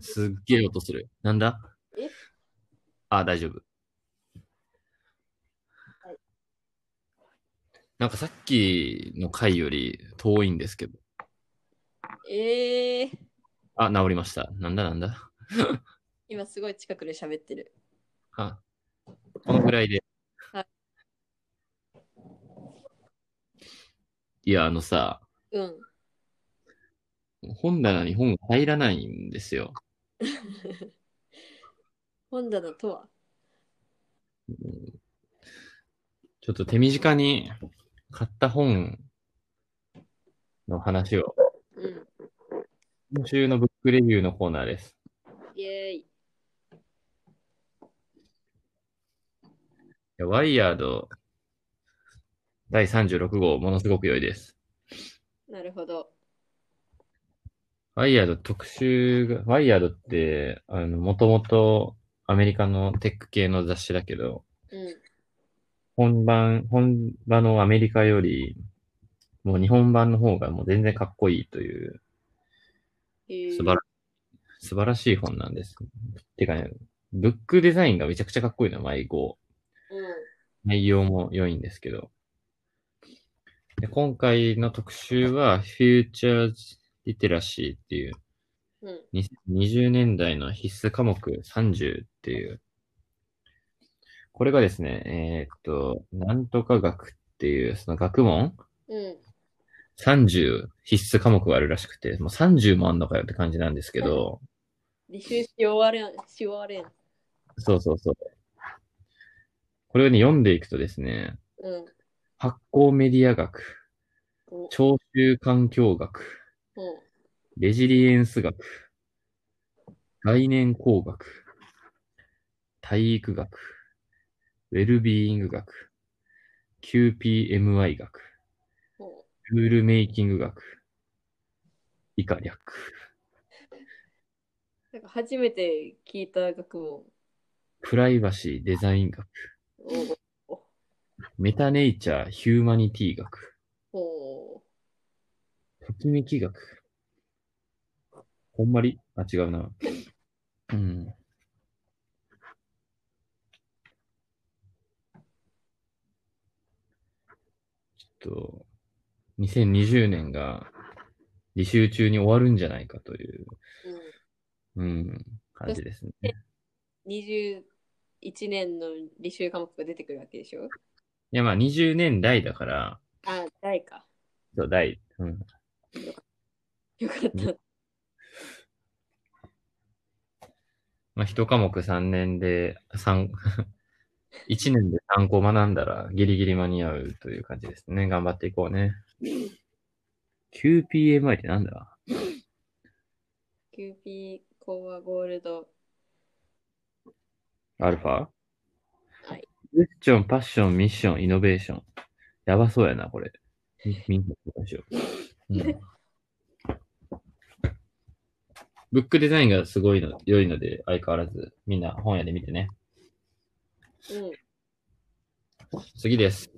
すっげえ音する。なんだえああ、大丈夫はい。なんかさっきの回より遠いんですけど。ええー、あ、治りました。なんだなんだ。今すごい近くで喋ってる。あ、このぐらいではい。いや、あのさ、うん。本棚に本が入らないんですよ。本棚とはちょっと手短に買った本の話を、うん。今週のブックレビューのコーナーです。イェーイ。いやワイヤード第36号、ものすごく良いです。なるほど。ワイヤード特集が、ワイヤードって、あの、もともとアメリカのテック系の雑誌だけど、うん。本番、本場のアメリカより、もう日本版の方がもう全然かっこいいというえー素晴ら素晴らしい本なんです。てかね、ブックデザインがめちゃくちゃかっこいいの、毎号。内容も良いんですけど。で今回の特集は、Future Literacy っていう、うん。うん。 2020年代の必須科目30っていう。これがですね、えーっと、なんとか学っていう、その学問うん。 30必須科目があるらしくて、もう30もあんのかよって感じなんですけど、履修し終われん、し終われん。そうそうそう。これをね、読んでいくとですね、うん。発行メディア学、お聴衆環境学、うん。レジリエンス学、概念工学、体育学、ウェルビーイング学、QPMI 学、おルールメイキング学、以下略。なんか初めて聞いた学問。プライバシーデザイン学、おメタネイチャーヒューマニティ学、おときめき学。ほんまりあ、違うな。うん。ちょっと、2020年が、履修中に終わるんじゃないかという、ううん、感じですね。ん。21年の履修科目が出てくるわけでしょいや、まあ、20年代だから、あ、誰か。そう、代、うん。よかった。まあ、一科目3年で、三 一年で3個学んだらギリギリ間に合うという感じですね。頑張っていこうね。QPMI ってなんだ QP コアゴールド。。アルファはいクエスチョン、パッション、ミッション、イノベーション。やばそうやな、これ。みみんなどうしよう、うんブックデザインがすごいの、良いので、相変わらず、みんな本屋で見てね。う次です。ん。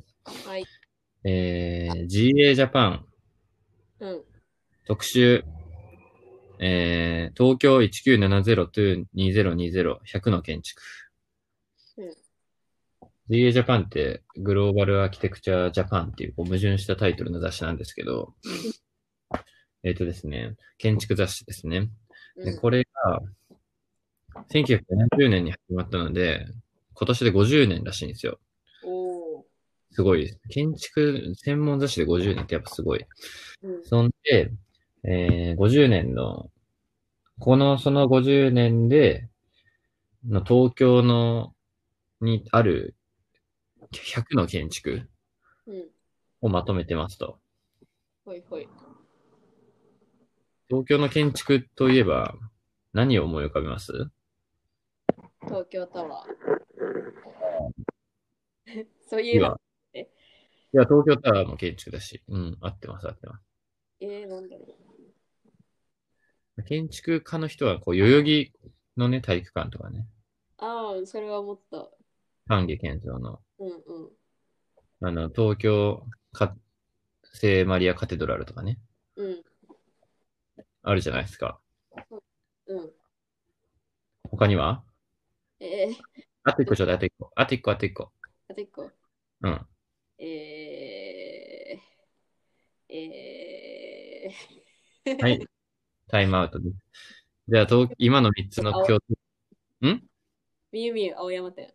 はい。えー、GA ジャパンうん。特集、えー、東京1970-2020、100の建築。うん GA ジャパンってグローバルアーキテクチャジャパンっていうこう矛盾したタイトルの雑誌なんですけど、えっとですね、建築雑誌ですね。うでん、これが、1970年に始まったので、今年で50年らしいんですよ。おお。すごいです。建築専門雑誌で50年ってやっぱすごい。うん。そんで、えー、50年の、この、その50年で、の東京の、にある100の建築うん。をまとめてますと。ほいほい。東京の建築といえば、何を思い浮かべます東京タワー。 そういえば、いや、いや東京タワーも建築だし、うん、合ってます、合ってまえー、なんだろす。建築家の人は、こう、代々木のね、体育館とかね、う。ああ、それは思った。丹下健三の、うんうん。あの、東京か、聖マリアカテドラルとかね、うんあるじゃないですか。うん。他にはえー、あと一個ちょうだい、あと一個。あと一個、あと一個。あと一個。うん。えー、えはい。タイムアウトです。じゃあ、東今の3つの共通、ー、みゆみゆ青山店。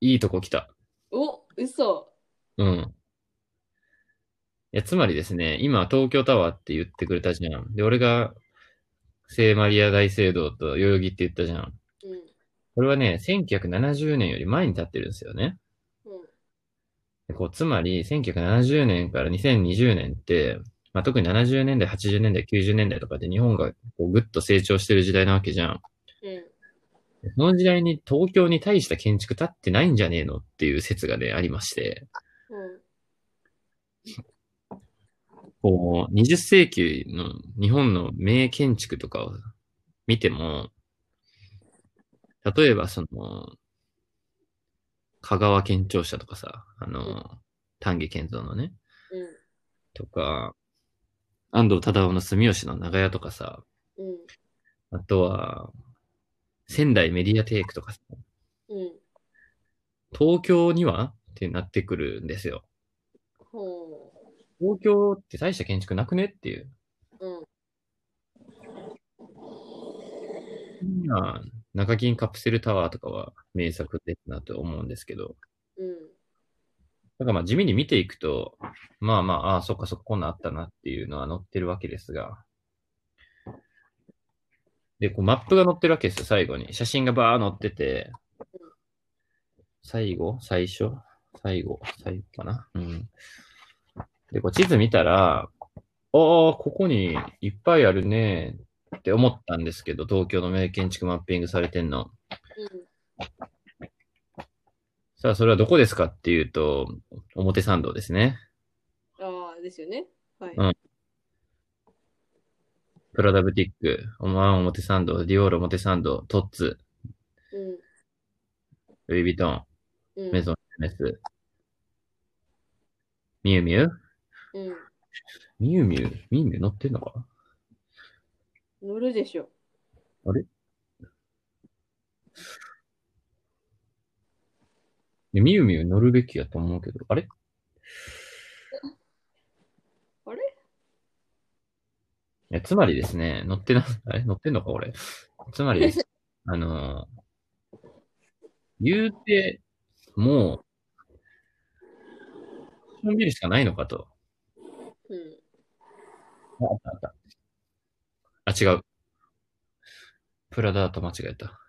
いいとこ来た。お、嘘。うん。いや、つまりですね、今、東京タワーって言ってくれたじゃん。で、俺が、聖マリア大聖堂と代々木って言ったじゃん。うん。これはね、1970年より前に立ってるんですよね。うん。でこうつまり、1970年から2020年って、まあ、特に70年代、80年代、90年代とかで日本がこうぐっと成長してる時代なわけじゃん。うん。でその時代に東京に対した建築立ってないんじゃねえのっていう説がね、ありまして、うん。こう、20世紀の日本の名建築とかを見ても、例えばその、香川県庁舎とかさ、あの、丹下健三のね、うん。とか、安藤忠雄の住吉の長屋とかさ、うん。あとは、仙台メディアテイクとかさ、うん。東京にはってなってくるんですよ。ほ東京って大した建築なくねっていう。う。うん。まあ、中銀カプセルタワーとかは名作ですなと思うんですけど、うん。だからまあ地味に見ていくと、まあまあ、ああ、そっかそっか、こんなんあったなっていうのは載ってるわけですが、で、こうマップが載ってるわけですよ、最後に。写真がバー載ってて、最後最初最後最後かなうん。で、こう地図見たら、ああ、ここにいっぱいあるねって思ったんですけど、東京の名建築マッピングされてんの。うん。さあ、それはどこですかっていうと、表参道ですね。ああ、ですよね。はい。うんプラダブティック、オマーン表参道、ディオール表参道、トッツ、うん。ルイ・ヴィトン、うん。メゾン・メス、ミュウミュウうん。ミュウミュウミュウミュウ乗ってんのか乗るでしょ。でミュウミュウ乗るべきやと思うけど、あれあれいやつまりですね、乗ってな、あれ乗ってんのか俺。つまり です、あのー言うて、もう、のんびりしかないのかと。うん。ああったあった。あ、違う。プラダーと間違えた。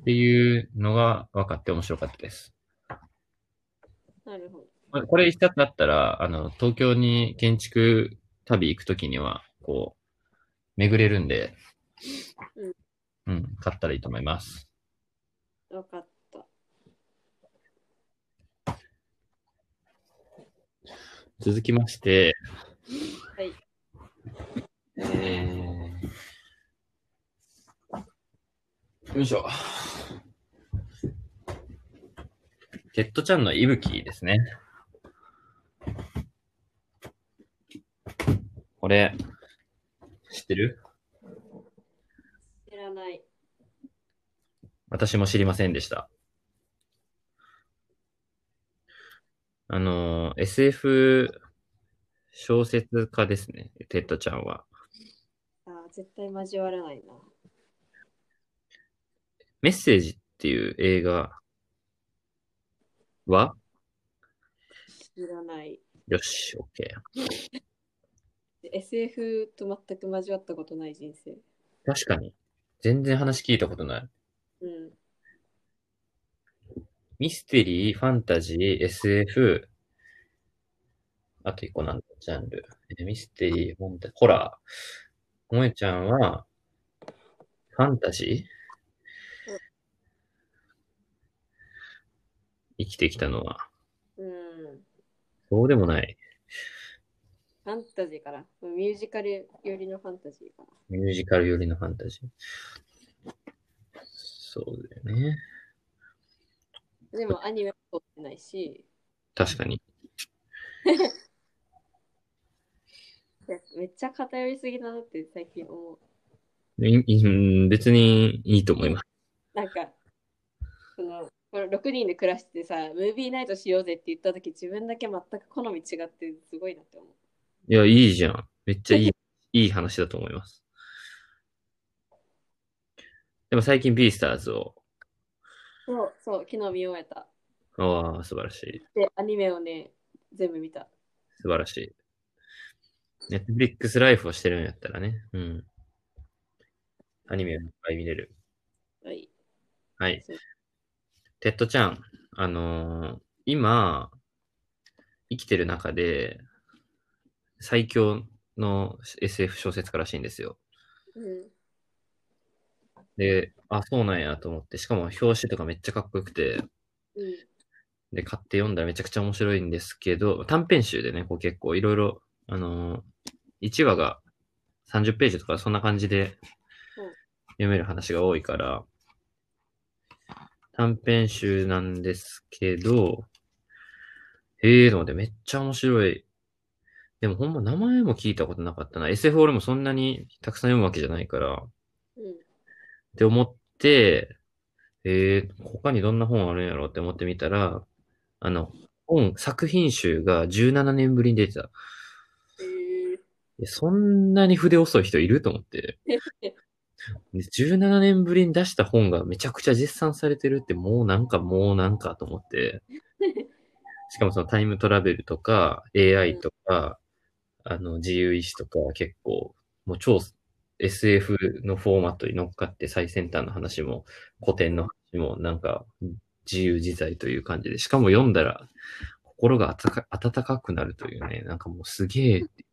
っていうのが分かって面白かったです。なるほど。まあこれ一冊だったら、あの、東京に建築旅行くときには、こう、巡れるんで、うん、買ったらいいと思います。わかった。続きまして、はい。えー、よいしょ。ケットちゃんの息吹ですね。これ、知ってる知らない。私も知りませんでした。あのー、SF 小説家ですね、テッドちゃんは。ああ、絶対交わらないな。メッセージっていう映画は知らない。よし、OK。 SF と全く交わったことない人生。確かに。全然話聞いたことない。うん。ミステリー、ファンタジー、SF、あと一個なんだ、ジャンル。えミステリー、ファンタジー、ホラー。萌えちゃんは、ファンタジー生きてきたのは、うん。そうでもない。ファンタジーかな。ミュージカル寄りのファンタジーかミュージカル寄りのファンタジー。そうだよね。な。でもアニメも撮ってないし、確かに。やめっちゃ偏りすぎだなって最近思う。いいうん別にいいと思います。なんか、その、この6人で暮らしててさ、ムービーナイトしようぜって言った時、自分だけ全く好み違って、すごいなって思う。いや、いいじゃん。めっちゃいい、いい話だと思います。でも最近ビースターズを、そう、そう、昨日見終えた。ああ、素晴らしい。で、アニメをね、全部見た。素晴らしい。ネットフリックスライフをしてるんやったらね。うん。アニメをいっぱい見れる。はい。はいそう。テッドちゃん、あのー今、生きてる中で、最強の SF 小説家らしいんですよ。うん。で、あ、そうなんやと思って、しかも表紙とかめっちゃかっこよくて、うん。で、買って読んだらめちゃくちゃ面白いんですけど、短編集でね、こう結構いろいろ、あのー、1話が30ページとかそんな感じでうん読める話が多いから、短編集なんですけど、ええー、と思ってめっちゃ面白い。でもほんま名前も聞いたことなかったな。SF 俺もそんなにたくさん読むわけじゃないから、うん。って思って、えー、他にどんな本あるんやろうって思ってみたら、あの、本、作品集が17年ぶりに出てた。ええそんなに筆遅い人いると思って。で17年ぶりに出した本がめちゃくちゃ絶賛されてるって、もうなんかもうなんかと思って。しかもそのタイムトラベルとか、AI とか、あの、自由意志とかは結構、もう超 SF のフォーマットに乗っかって最先端の話も、古典の話も、なんか、自由自在という感じで、しかも読んだら、心が温か温かくなるというね、なんかもうすげえって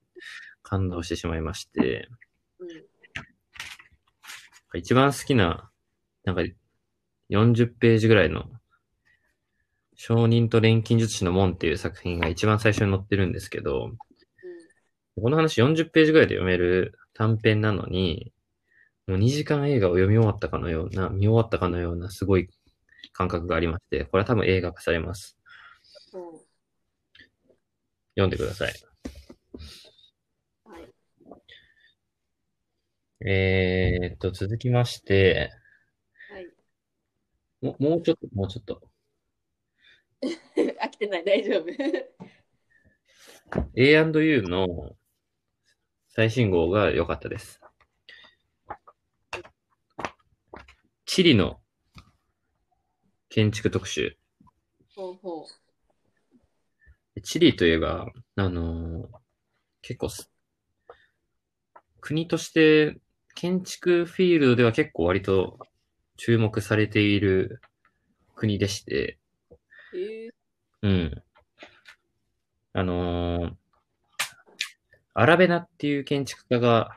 感動してしまいまして、うん。一番好きな、なんか、40ページぐらいの、商人と錬金術師の門っていう作品が一番最初に載ってるんですけど、この話40ページぐらいで読める短編なのに、もう2時間映画を読み終わったかのような、見終わったかのようなすごい感覚がありまして、これは多分映画化されます。うん。うん読んでください。はい。 えーっと、続きまして、はい。ももうちょっと、もうちょっと。飽きてない、 大丈夫。 A&U の最新号が良かったです。チリの建築特集。ほうほチリといえば、あのー結構す、国として建築フィールドでは結構割と注目されている国でして、う。えー、うん。あのーアラベナっていう建築家が、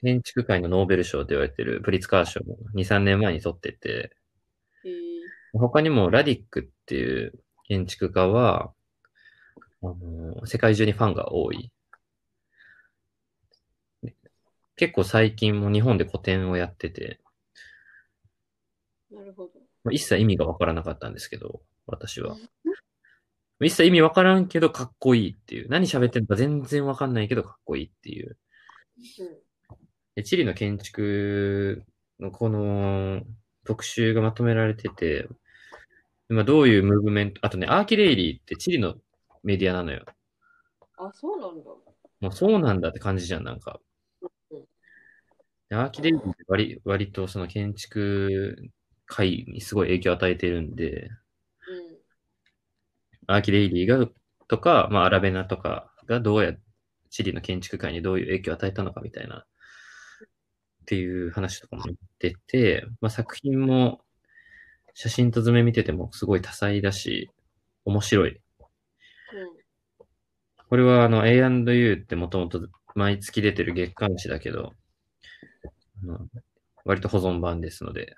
建築界のノーベル賞と言われてるプリツカー賞も2、3年前に取ってて、えー、他にもラディックっていう建築家は、あの世界中にファンが多い。結構最近も日本で個展をやってて、なるほど。まあ一切意味がわからなかったんですけど、私は。一切意味わからんけどかっこいいっていう。何喋ってるのか全然わかんないけどかっこいいっていう。うん。でチリの建築のこの特集がまとめられてて、まあ、どういうムーブメント、あとね、アーキレイリーってチリのメディアなのよ。あ、そうなんだ。もうそうなんだって感じじゃん、なんかうん。でアーキレイリーって割割とその建築界にすごい影響を与えてるんで、うん。アーキレイリーがとか、まあ、アラベナとかがどうや、チリの建築界にどういう影響を与えたのかみたいな、っていう話とかも言ってて、まあ、作品も写真と図面見ててもすごい多彩だし、面白い。うん。これはあの A&U ってもともと毎月出てる月刊誌だけど、あの割と保存版ですので、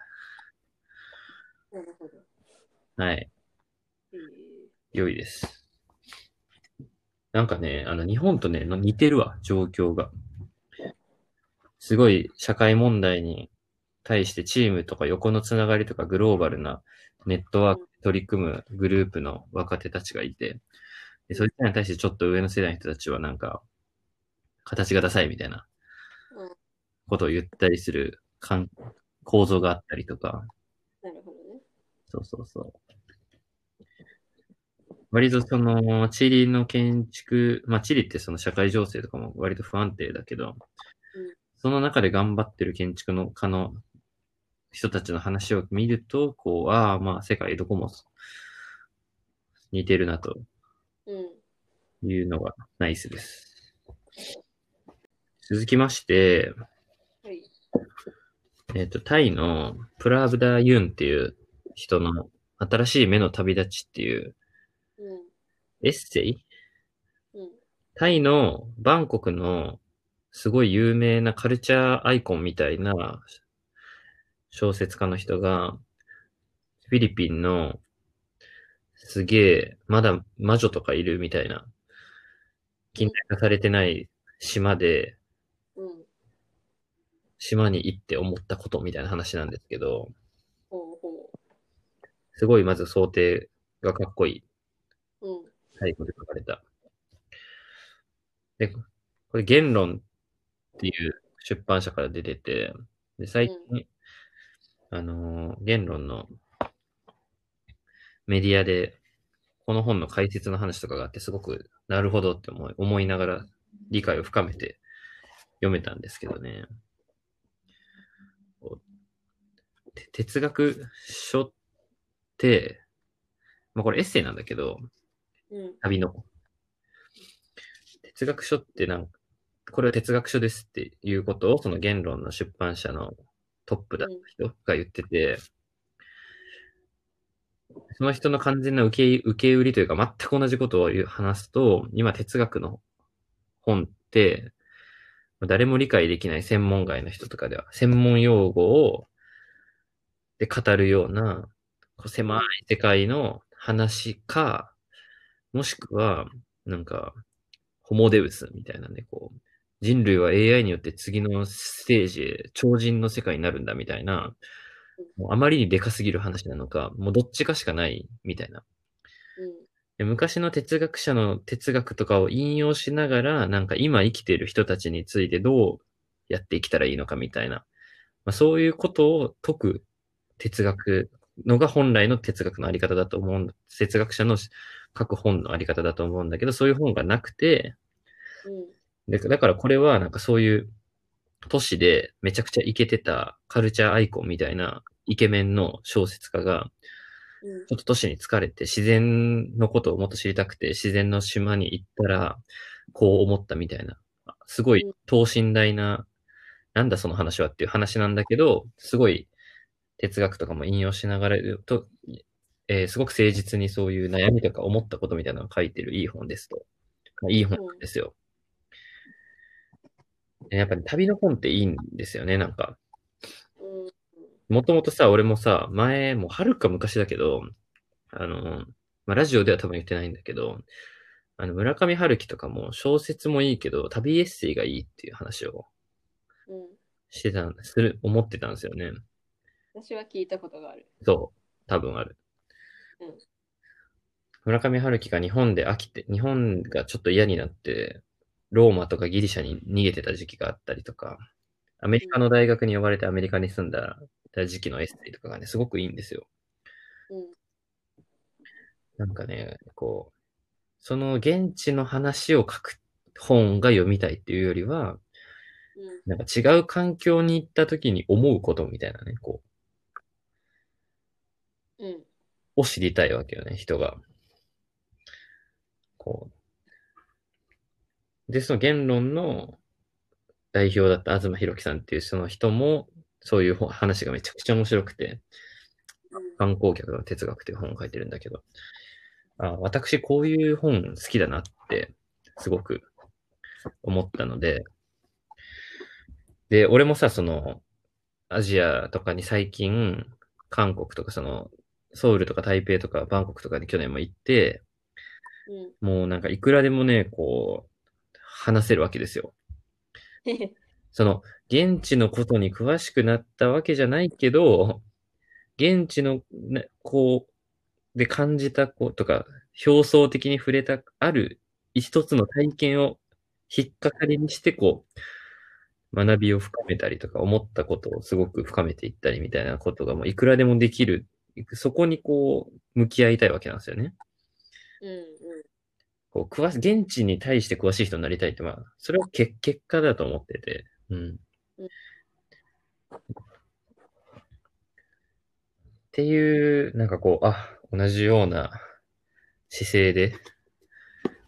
なるほど。はい、えー、良いです。なんかね、あの、日本とね、の似てるわ、状況が。すごい社会問題に対してチームとか横のつながりとかグローバルなネットワークに取り組むグループの若手たちがいて、で、そいつらに対してちょっと上の世代の人たちはなんか、形がダサいみたいなうんことを言ったりするかん構造があったりとか、なるほどね。そうそうそう。割とその、チリの建築、まあチリってその社会情勢とかも割と不安定だけど、うんその中で頑張ってる建築の家の人たちの話を見ると、こう、ああ、まあ世界どこも似てるなとうん。いうのがナイスです。続きまして、はい。えっ、と、タイのプラブダ・ユンっていう人の新しい目の旅立ちっていううん。エッセイうん。タイのバンコクのすごい有名なカルチャーアイコンみたいな小説家の人が、フィリピンのすげえ、まだ魔女とかいるみたいな、近代化されてない島で、うん。島に行って思ったことみたいな話なんですけど、ほうほすごいまず想定がかっこいい。う。うん。最後で書かれた。で、これ、言論っていう出版社から出てて、で、最近、あのー言論のメディアで、この本の解説の話とかがあって、すごくなるほどって思い思いながら理解を深めて読めたんですけどね。こうて哲学書って、まあこれエッセイなんだけど、うん。旅の。哲学書ってなんか、これは哲学書ですっていうことを、その言論の出版社のトップだった人が言ってて、その人の完全な受け受け売りというか、全く同じことを言う話すと、今哲学の本って、誰も理解できない専門外の人とかでは、専門用語を、で語るような、こう狭い世界の話か、もしくは、なんか、ホモデウスみたいなね、こう、人類は AI によって次のステージへ超人の世界になるんだみたいな、もうあまりにでかすぎる話なのか、もうどっちかしかないみたいな。うん。で昔の哲学者の哲学とかを引用しながら、なんか今生きている人たちについてどうやって生きたらいいのかみたいな、まあ、そういうことを解く哲学のが本来の哲学のあり方だと思うん哲学者の書く本のあり方だと思うんだけど、そういう本がなくて、うん。でだからこれはなんかそういう都市でめちゃくちゃイケてたカルチャーアイコンみたいなイケメンの小説家が、うんち。ょっと都市に疲れて自然のことをもっと知りたくて、自然の島に行ったら、こう思ったみたいな。すごいうん等身大な、なんだその話はっていう話なんだけど、すごい哲学とかも引用しながら、とえーすごく誠実にそういう悩みとか思ったことみたいなのを書いてるいい本ですと。まあいい本なんですよ。やっぱり旅の本っていいんですよね、なんか。うん。もともとさ、俺もさ、前、もうはるか昔だけど、あの、まあ、ラジオでは多分言ってないんだけど、あの、村上春樹とかも小説もいいけど、旅エッセイがいいっていう話をうん。してたんする、思ってたんですよね。私は聞いたことがある。そう、多分ある。うん村上春樹が日本で飽きて、日本がちょっと嫌になって、ローマとかギリシャに逃げてた時期があったりとか、アメリカの大学に呼ばれてアメリカに住んだ時期のエッセイとかがね、すごくいいんですよ。うん。なんかね、こう、その現地の話を書く本が読みたいっていうよりは、うん。なんか違う環境に行った時に思うことみたいなね、こう、うん。を知りたいわけよね、人が。こう。で、その言論の代表だった東博樹さんっていうその人も、そういう本話がめちゃくちゃ面白くて、うん。観光客の哲学という本を書いてるんだけど、あ私こういう本好きだなってすごく思ったので、で、俺もさ、その、アジアとかに最近、韓国とかその、ソウルとか台北とかバンコクとかに去年も行って、うん。もうなんかいくらでもね、こう、話せるわけですよ。へへその、現地のことに詳しくなったわけじゃないけど、現地の、ね、こう、で感じたことか、表層的に触れた、ある一つの体験を引っかかりにして、こう、学びを深めたりとか、思ったことをすごく深めていったりみたいなことが、もういくらでもできる。そこにこう、向き合いたいわけなんですよね。うんうん。こう、詳し、現地に対して詳しい人になりたいって、まあ、それは結結果だと思ってて、うん。うんっていう、なんかこう、あ、同じような姿勢で、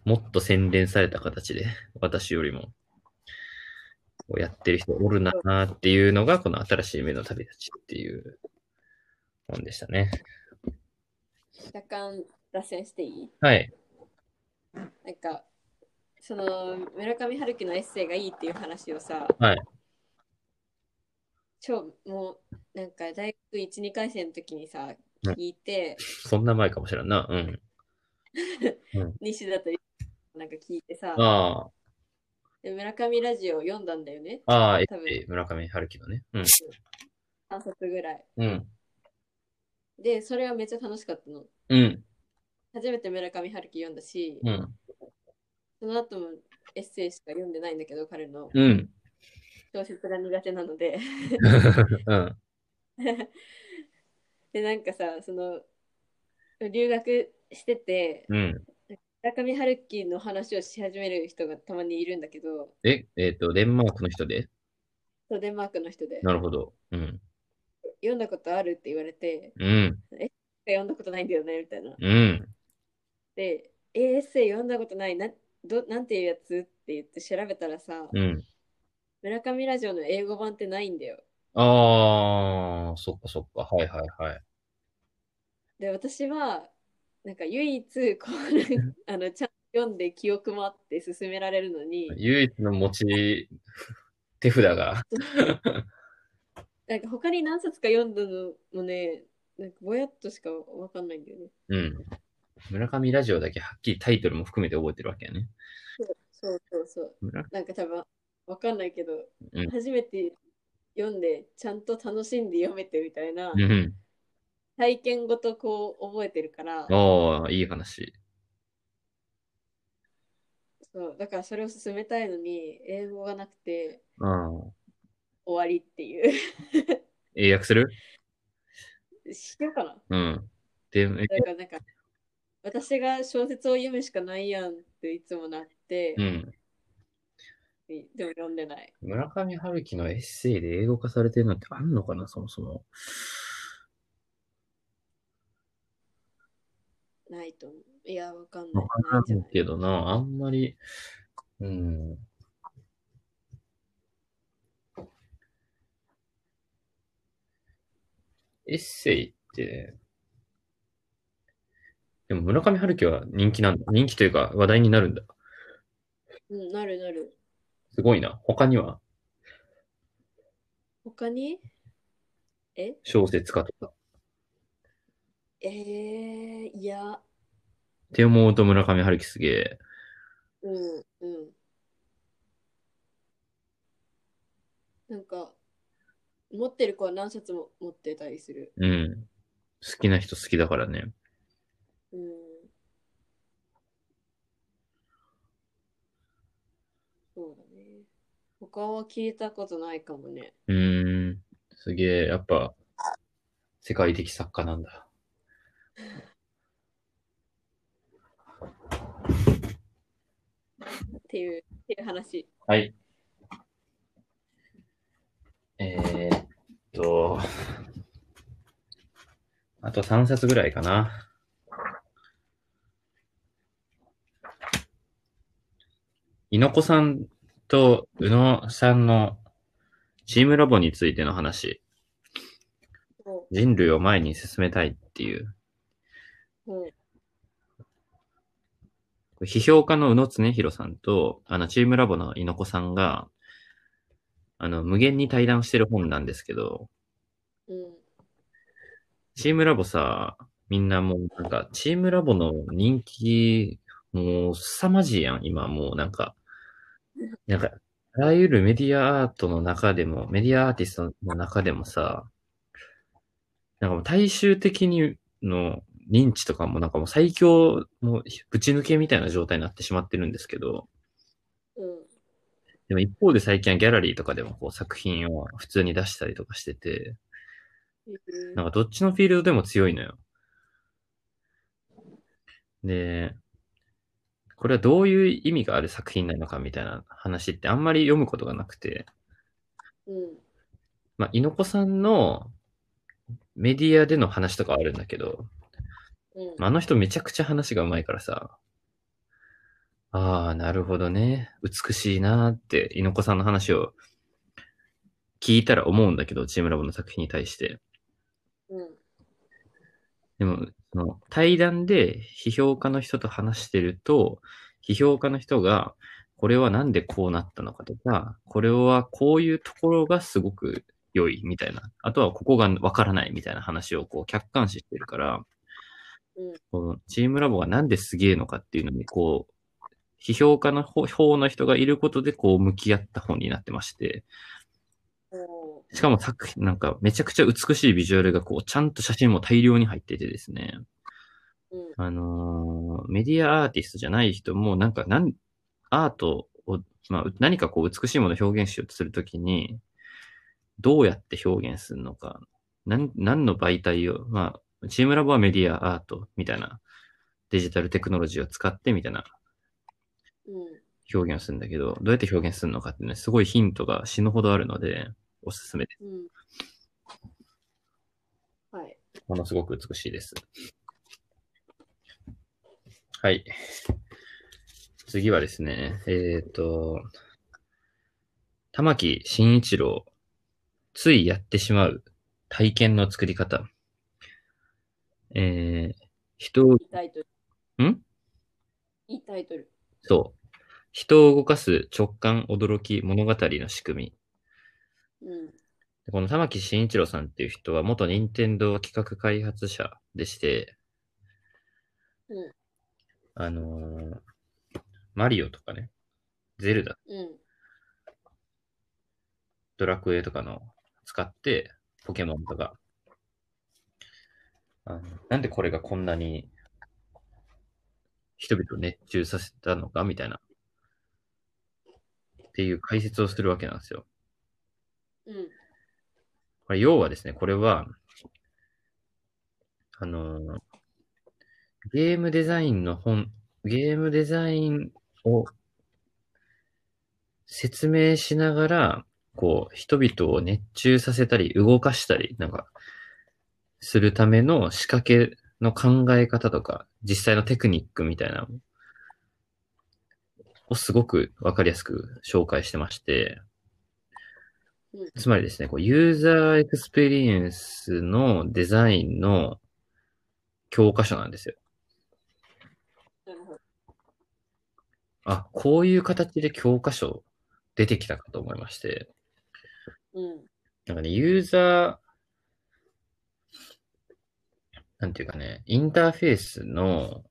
もっと洗練された形で、私よりも、こうやってる人おるなーっていうのが、この新しい目の旅立ちっていう本でしたね。若干脱線していいはい。なんか、その村上春樹のエッセイがいいっていう話をさ、はい超もうなんか大学1、2回生の時にさ、うん聞いて、そんな前かもしれんな。うん。西田となんか聞いてさ、ああ。で村上ラジオ読んだんだよね。ああ、え多分え村上春樹のね。うん。 3冊ぐらい。うん。で、それはめっちゃ楽しかったの。うん。初めて村上春樹読んだし、うん。その後もエッセイしか読んでないんだけど、彼のうん。小説が苦手なので。 うん。で、なんかさ、その、留学してて、うん。村上春樹の話をし始める人がたまにいるんだけど、え、えっ、と、デンマークの人でそうデンマークの人で、なるほど。うん。読んだことあるって言われて、うん。読んだことないんだよね、みたいな。うん。で、えーエッセイ読んだことない、などなんていうやつって言って調べたらさ、うん。村上ラジオの英語版ってないんだよ。ああ、そっかそっか。はいはいはい。で、私は、なんか唯一、こう、あ の、ちゃんと読んで記憶もあって勧められるのに、唯一の持ち、 手札が。 なんか他に何冊か読んだのもね、なんかぼやっとしかわかんないんだよね。うん。村上ラジオだけはっきりタイトルも含めて覚えてるわけやね。そうそうそう。村なんか多分わかんないけど、うん初めて読んでちゃんと楽しんで読めてみたいなうん。体験ごとこう覚えてるから、ああ、いい話。そうだからそれを進めたいのに英語がなくてうん。終わりっていう英訳するしよう かなうん。で、えだからなんか私が小説を読むしかないやんっていつもなって、うん。でも読んでない村上春樹のエッセイで英語化されてるのってあんのかな、そもそも。ないと思ういやわかんないわからないんじゃんないけどな、あんまり、うん。エッセイって、でも村上春樹は人気なんだ。人気というか話題になるんだ。うんなるなるすごいな。他には他にえ小説家とか。えー、いやって思うと村上春樹すげえ。うんうん。なんか、持ってる子は何冊も持ってたりする。うん。好きな人好きだからね。うん。そうだね。他は聞いたことないかもね。うーん、すげえ、やっぱ、世界的作家なんだ。っていう、っていう話。はい。えーっと、あと3冊ぐらいかな。猪子さんと宇野さんのチームラボについての話、そ人類を前に進めたいっていうううん。批評家の宇野恒弘さんと、あの、チームラボの猪子さんが、あの、無限に対談してる本なんですけど、うん。チームラボさ、みんなもうなんか、チームラボの人気、もう凄まじいやん、今もうなんか。なんか、あらゆるメディアアートの中でも、メディアアーティストの中でもさ、なんかもう大衆的にの認知とかもなんかもう最強、もうぶち抜けみたいな状態になってしまってるんですけど、うん。でも一方で最近はギャラリーとかでもこう作品を普通に出したりとかしてて、うんなんかどっちのフィールドでも強いのよ。で、これはどういう意味がある作品なのかみたいな話ってあんまり読むことがなくて、うん。まあ、猪子さんのメディアでの話とかはあるんだけど、うん。まああの人めちゃくちゃ話がうまいからさ、ああ、なるほどね。美しいなーって、猪子さんの話を聞いたら思うんだけど、チームラボの作品に対して。うん。でも、その対談で批評家の人と話してると、批評家の人が、これはなんでこうなったのかとか、これはこういうところがすごく良いみたいな、あとはここがわからないみたいな話をこう客観視してるから、うんこのチームラボがなんですげえのかっていうのに、こう、批評家の方方の人がいることでこう向き合った本になってまして、おーしかも作品、なんかめちゃくちゃ美しいビジュアルがこう、ちゃんと写真も大量に入っててですね。うん。あのーメディアアーティストじゃない人も、なんか、なん、アートを、まあ、う何かこう、美しいものを表現しようとするときに、どうやって表現するのか、なん、何の媒体を、まあ、チームラボはメディアアートみたいな、デジタルテクノロジーを使ってみたいなうん。表現をするんだけど、どうやって表現するのかってね、すごいヒントが死ぬほどあるので、おすすめでうん。はい。す。ものすごく美しいです。はい。次はですね、えっ、と、玉木慎一郎、ついやってしまう体験の作り方。えー、人をいいタイトル。んいいタイトル。そう、人を動かす直感、驚き、物語の仕組み。うん。でこの玉木慎一郎さんっていう人は元任天堂企画開発者でして、うんあのーマリオとかね、ゼルダ、うん。ドラクエとかの使って、ポケモンとか。あのなんでこれがこんなに人々を熱中させたのかみたいな。っていう解説をするわけなんですよ。うん。これ要はですね、これは、あのーゲームデザインの本、ゲームデザインを説明しながら、こう、人々を熱中させたり、動かしたり、なんか、するための仕掛けの考え方とか、実際のテクニックみたいなのをすごくわかりやすく紹介してまして、つまりですね、こうユーザーエクスペリエンスのデザインの教科書なんですよ。なるほど。あ、こういう形で教科書出てきたかと思いまして。うん。なんかね、ユーザー、なんていうかね、インターフェースの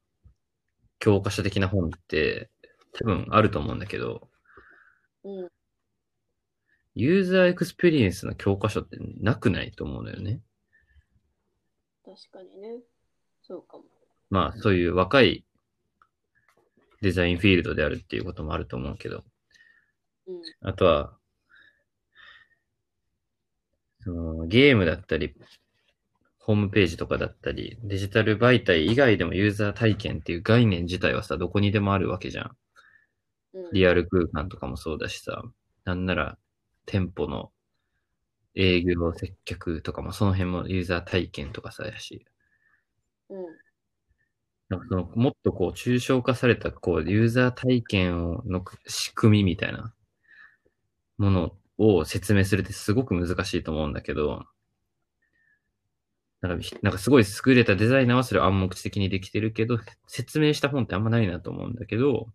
教科書的な本って多分あると思うんだけど、うん。ユーザーエクスペリエンスの教科書ってなくないと思うのよね。確かにね。そうかも。まあ、そういう若いデザインフィールドであるっていうこともあると思うけど、うん。あとは、そのゲームだったり、ホームページとかだったり、デジタル媒体以外でもユーザー体験っていう概念自体はさ、どこにでもあるわけじゃん。うん。リアル空間とかもそうだしさ、なんなら店舗の営業接客とかもその辺もユーザー体験とかさやし、うん。なんかそのもっとこう抽象化されたこうユーザー体験をの仕組みみたいなものを説明するってすごく難しいと思うんだけど、なんかひなんかすごい優れたデザイナーはそれを暗黙的にできてるけど、説明した本ってあんまないなと思うんだけど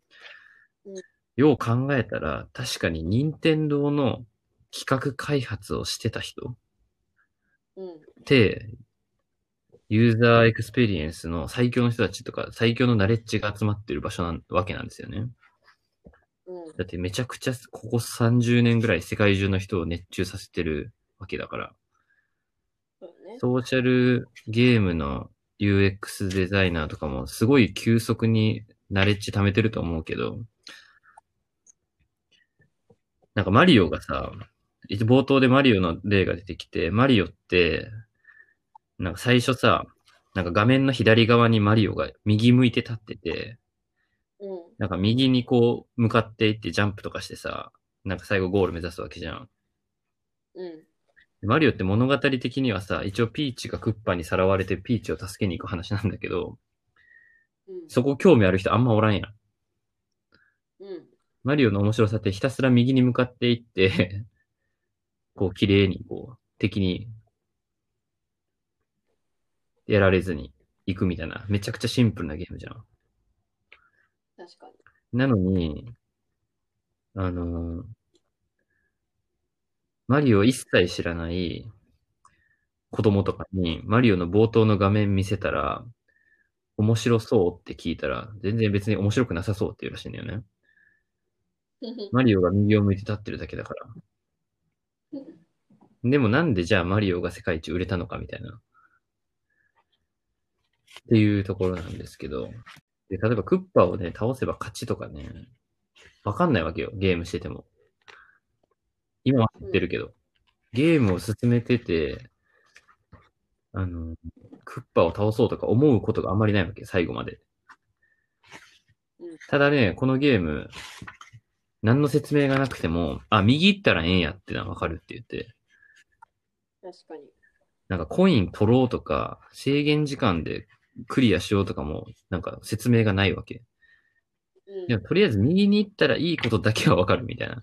うん、よう考えたら確かに任天堂の企画開発をしてた人、うん。って、ユーザーエクスペリエンスの最強の人たちとか、最強のナレッジが集まってる場所なわけなんですよね。うん。だってめちゃくちゃここ30年ぐらい世界中の人を熱中させてるわけだから、そうね。ソーシャルゲームの UX デザイナーとかもすごい急速にナレッジ貯めてると思うけど、なんかマリオがさ、一冒頭でマリオの例が出てきて、マリオって、なんか最初さ、なんか画面の左側にマリオが右向いて立ってて、うん。なんか右にこう向かっていってジャンプとかしてさ、なんか最後ゴール目指すわけじゃん。うん。でマリオって物語的にはさ、一応ピーチがクッパにさらわれてピーチを助けに行く話なんだけど、うん。そこ興味ある人あんまおらんやん。うん。マリオの面白さってひたすら右に向かっていって、 こう綺麗にこう敵にやられずに行くみたいな、めちゃくちゃシンプルなゲームじゃん。確かに。なのに、あのーマリオを一切知らない子供とかにマリオの冒頭の画面見せたら、面白そうって聞いたら、全然別に面白くなさそうって言うらしいんだよね。マリオが右を向いて立ってるだけだから。でもなんでじゃあマリオが世界一売れたのかみたいな。っていうところなんですけど。で、例えばクッパをね、倒せば勝ちとかね、わかんないわけよ。ゲームしてても。今は知ってるけど。ゲームを進めてて、あの、クッパを倒そうとか思うことがあんまりないわけ、最後までうん。ただね、このゲーム、何の説明がなくても、あ、右行ったらええんやってのはわかるって言って、確かに。なんかコイン取ろうとか、制限時間でクリアしようとかも、なんか説明がないわけ。うんでもとりあえず右に行ったらいいことだけはわかるみたいな。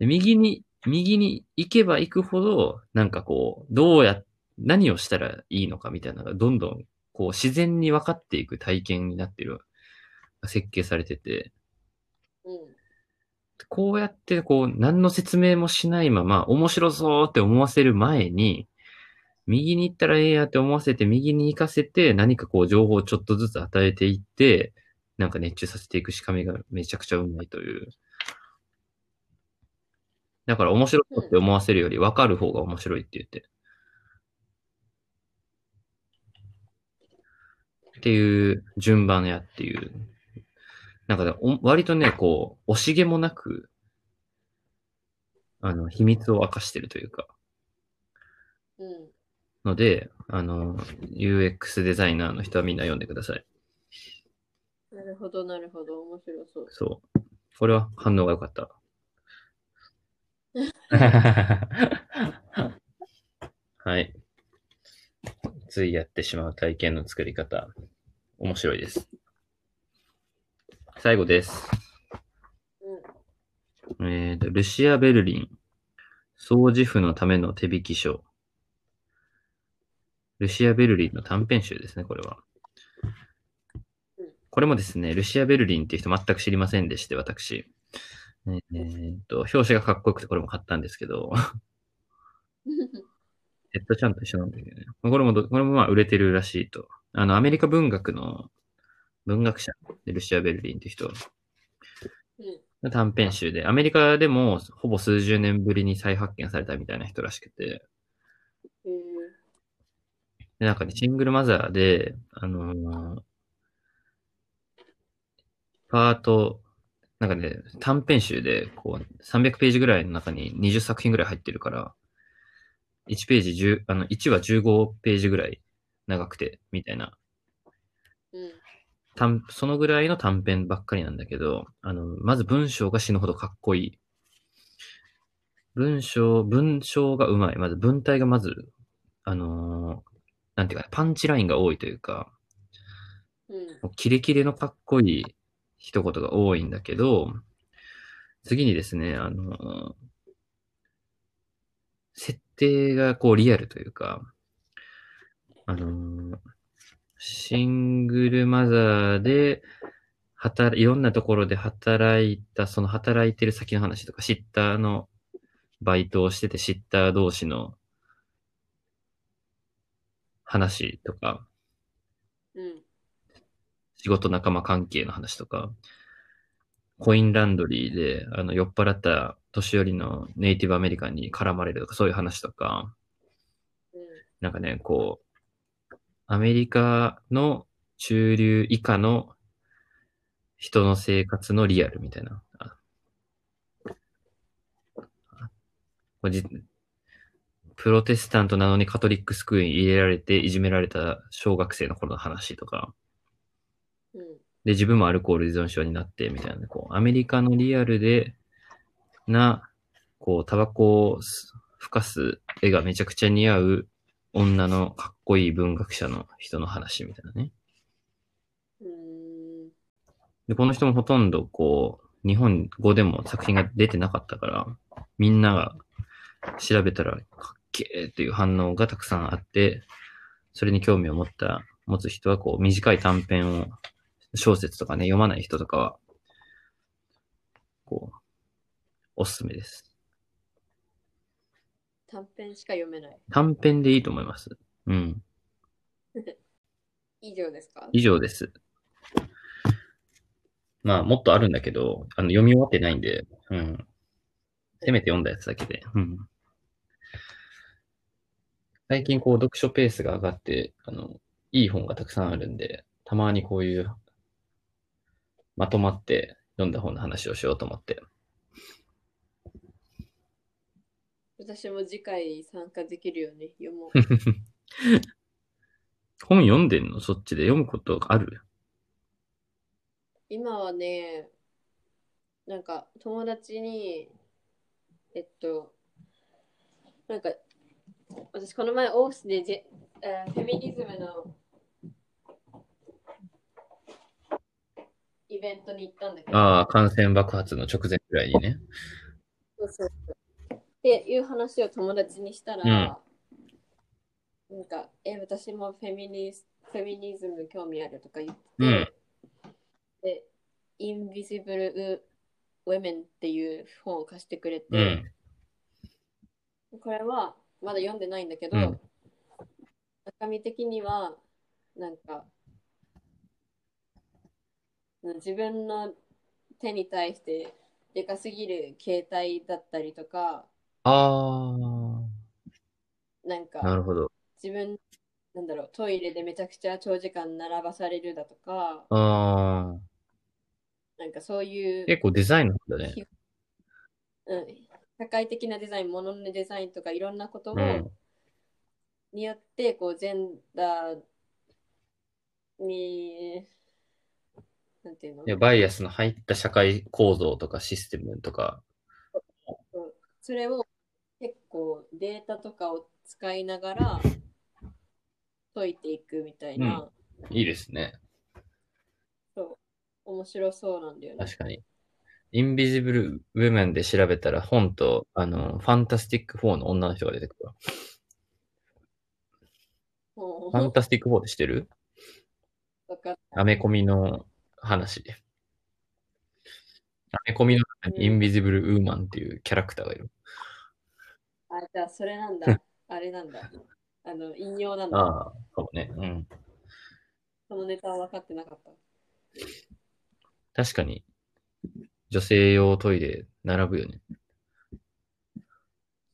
で右に、右に行けば行くほど、なんかこう、どうや、何をしたらいいのかみたいなのが、どんどん、こう、自然に分かっていく体験になってる、設計されてて、うん。こうやって、こう、何の説明もしないまま、面白そうって思わせる前に、右に行ったらええやって思わせて、右に行かせて、何かこう、情報をちょっとずつ与えていって、なんか熱中させていく仕組みがめちゃくちゃうまいという。だから面白そうって思わせるより、分かる方が面白いって言って。っていう順番やっていうなんかね、お割とね、こう、惜しげもなく、あの、秘密を明かしてるというか、うん。ので、あの、UX デザイナーの人はみんな読んでください。なるほど、なるほど。面白そう。そう。これは反応が良かった。 はい。ついやってしまう体験の作り方。面白いです。最後です。うん。えっ、と、ルシア・ベルリン、掃除婦のための手引き書。ルシア・ベルリンの短編集ですね、これはうん。これもですね、ルシア・ベルリンっていう人全く知りませんでして、私。えっ、と、表紙がかっこよくてこれも買ったんですけど、 ヘッドちゃんと一緒なんだけどね。これもど、これもまあ売れてるらしいと。あの、アメリカ文学の文学者でルシア・ベルリンって人うん。短編集で、アメリカでもほぼ数十年ぶりに再発見されたみたいな人らしくて、えーでなんかね、シングルマザーで、あのーパート、なんかね、短編集で、こう、300ページぐらいの中に20作品ぐらい入ってるから、1ページ10、あの、1は15ページぐらい長くて、みたいなうん。短そのぐらいの短編ばっかりなんだけど、あの、まず文章が死ぬほどかっこいい。文章、文章がうまい。まず文体がまず、あのーなんていうか、パンチラインが多いというか、うん。もうキレキレのかっこいい一言が多いんだけど、次にですね、あのー設定がこうリアルというか、あのーシングルマザーで、働、いろんなところで働いた、その働いてる先の話とか、シッターの、バイトをしてて、シッター同士の話とか、うん。仕事仲間関係の話とか、コインランドリーで、あの、酔っ払った年寄りのネイティブアメリカンに絡まれるとか、そういう話とか、うん。なんかね、こう、アメリカの中流以下の人の生活のリアルみたいな。あこれじプロテスタントなのにカトリックスクールに入れられていじめられた小学生の頃の話とか。うん。で、自分もアルコール依存症になって、みたいなね、こう、アメリカのリアルで、な、こう、タバコをす吹かす絵がめちゃくちゃ似合う女のかっこいい文学者の人の話みたいなね。うーん。で、この人もほとんど、こう、日本語でも作品が出てなかったから、みんなが調べたら、かっけーっていう反応がたくさんあって、それに興味を持った、持つ人は、こう、短い短編を、小説とかね、読まない人とかは、こう、おすすめです。短編しか読めない。短編でいいと思います。うん。以上ですか以上です。まあ、もっとあるんだけど、あの読み終わってないんで、うん。せめて読んだやつだけで。うん。最近、こう、読書ペースが上がって、あの、いい本がたくさんあるんで、たまにこういう、まとまって読んだ本の話をしようと思って。私も次回参加できるよね。読もう。本読んでんのそっちで読むことある今はね、なんか友達に、えっと、なんか、私この前オースでジェ、えーフェミニズムのイベントに行ったんだけど、ああ、感染爆発の直前くらいにね。そうそうそうっていう話を友達にしたら、なんか、え、私もフェミニスフェミニズム興味あるとか言って、うんで、インビジブル・ウェメンっていう本を貸してくれうて、ん。これはまだ読んでないんだけど、うん中身的には、なんか、自分の手に対してでかすぎる携帯だったりとか、あなんかあ、、なるほど。自分なんだろうトイレでめちゃくちゃ長時間並ばされるだとかああ。なんかそういう、結構デザインなんだね。ひうん、社会的なデザインもののデザインとかいろんなことを、うんによってこうジェンダーになんていうのいやバイアスの入った社会構造とかシステムとか。それを結構データとかを使いながら解いていくみたいな、いいですね。そう面白そうなんだよね。確かに。インビジブルウェメンで調べたら本と、あの、ファンタスティック4の女の人が出てくるわ。もファンタスティック4って知ってるう わかんアメコミの話。アメコミの中にインビジブルウーマンっていうキャラクターがいる。あ、じゃあそれなんだ。あれなんだ。あの、引用なんだ。ああ、そうね。うん。そのネタは分かってなかった。確かに、女性用トイレ並ぶよね。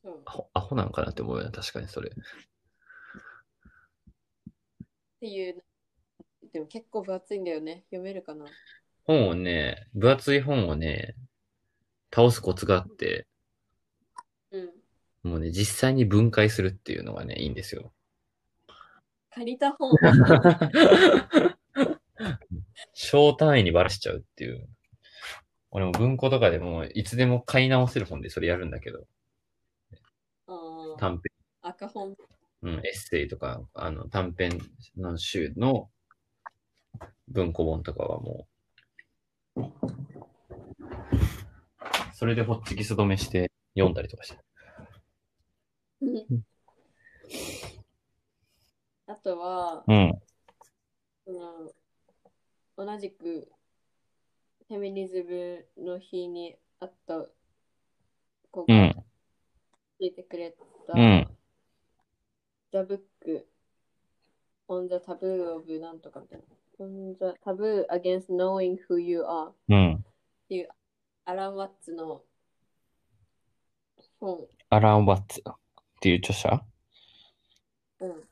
そう。アっホアホなんかなって思うよね。確かにそれ。ていう。でも結構分厚いんだよね。読めるかな。本をね、分厚い本をね、倒すコツがあって、うん。もうね、実際に分解するっていうのがね、いいんです よ。借りた本 小単位にばらしちゃうっていう。俺も文庫とかでも、いつでも買い直せる本でそれやるんだけど、を。あー短赤本。編、うん、エッセイとか、あの、短編の集の文庫本とかはもう、それでホッチキス止めして読んだりとかして。あとは、うん。その同じくフェミニズムの日にあった子うがん。教えてくれた、うん。 The Book on the Taboo of なんとかみたいな。On the Taboo Against Knowing Who You Are っうん。ていうアラン・ワッツの本。アラン・ワッツっていう著者うん。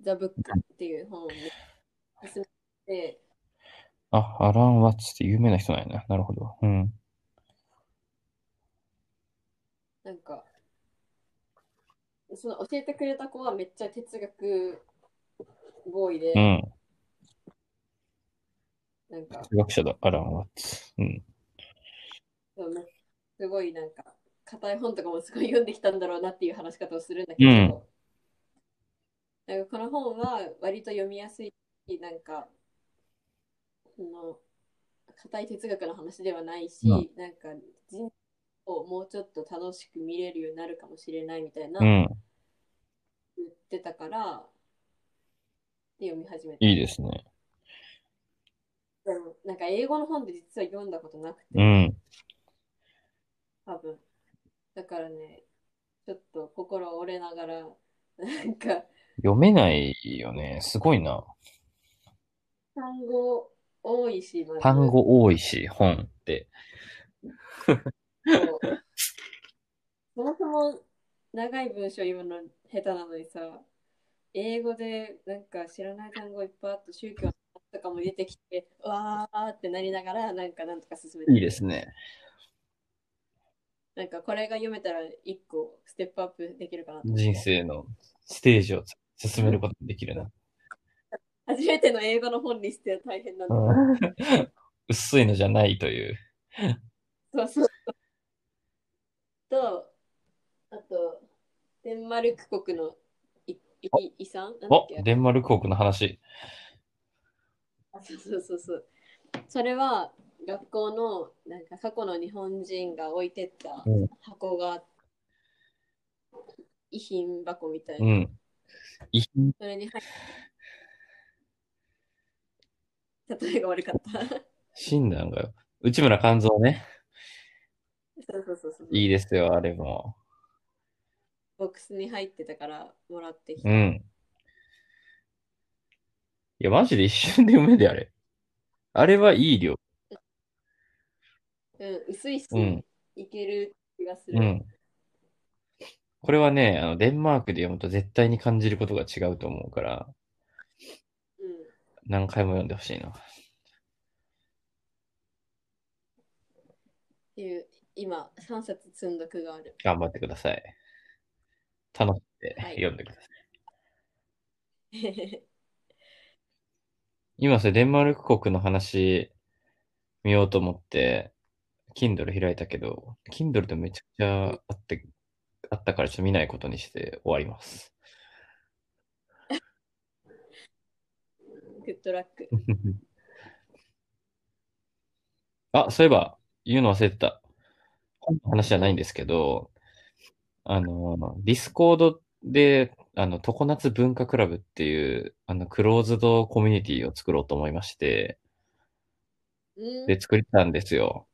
The Book っていう本を勧めて、あ、アラン・ワッツって有名な人なんやな。なるほど。うん。なんか、その教えてくれた子はめっちゃ哲学ボーイで、うん。なんか、哲学者だ、アラン・ワッツ。うん。そうねすごいなんか、硬い本とかもすごい読んできたんだろうなっていう話し方をするんだけど、うんなんかこの本は割と読みやすい、なんか、その、硬い哲学の話ではないうし、んなんか人生をもうちょっと楽しく見れるようになるかもしれないみたいな、うん。言ってたから、で読み始めた。いいですね。でもなんか英語の本で実は読んだことなくて、うん。多分。だからね、ちょっと心折れながら、なんか、読めないよね。すごいな。単語多いし、まず単語多いし、本って。そうそもそも長い文章読むの下手なのにさ、英語でなんか知らない単語いっぱいあって、宗教の話とかも出てきて、うわーってなりながら、なんかなんとか進めていいですね。なんかこれが読めたら一個ステップアップできるかなと思って人生のステージを進めることができるな。初めての英語の本にしては大変なんだ。薄いのじゃないという。そうそうと、あと、デンマルク国のいい遺産なんだっおけデンマルク国の話。あそうそうそうそう。それは学校のなんか過去の日本人が置いてったうん箱が、遺品箱みたいうな。ん。遺品それに入って例えが悪かった。診断がよ。内村勘三ね。そうそうそうそう。いいですよ、あれも。ボックスに入ってたからもらってきた。うん。いや、マジで一瞬で読めで、あれ。あれはいい量。うん、薄いし、うんいける気がする。うん。これはね、あの、デンマークで読むと絶対に感じることが違うと思うから、うん何回も読んでほしいな。っていう、今、3冊積んどくがある。 頑張ってください。楽しんではい読んでください。今、それデンマルク国の話見ようと思って、Kindle 開いたけど、Kindle でめちゃくちゃあって、あったからちょっと見ないことにして終わります。グッドラック。 あ、そういえば、言うの忘れてた。本の話じゃないんですけど、あの、ディスコードで、あの、常夏文化クラブっていう、あの、クローズドコミュニティを作ろうと思いまして、うん。で、作ったんですよ。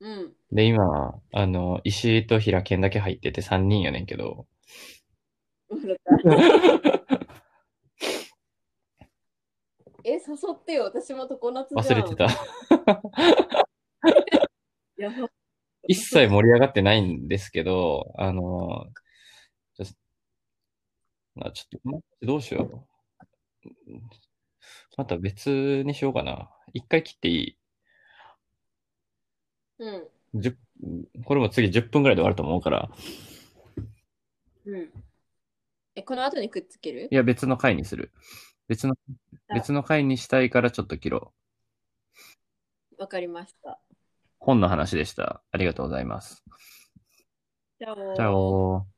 うん。で、今、あの、石井と平健だけ入ってて3人やねんけど、笑ったえ、誘ってよ。私も常夏じゃん。忘れてた。やば。一切盛り上がってないんですけど、あの、ちょまあちょっと待って、どうしよう。また別にしようかな。一回切っていうん。いじゅこれも次10分ぐらいで終わると思うから。うん。え、この後にくっつけるいや、別の回にする。別の、あ別の回にしたいからちょっと切ろう。わかりました。本の話でした。ありがとうございます。じゃあ、チャオー。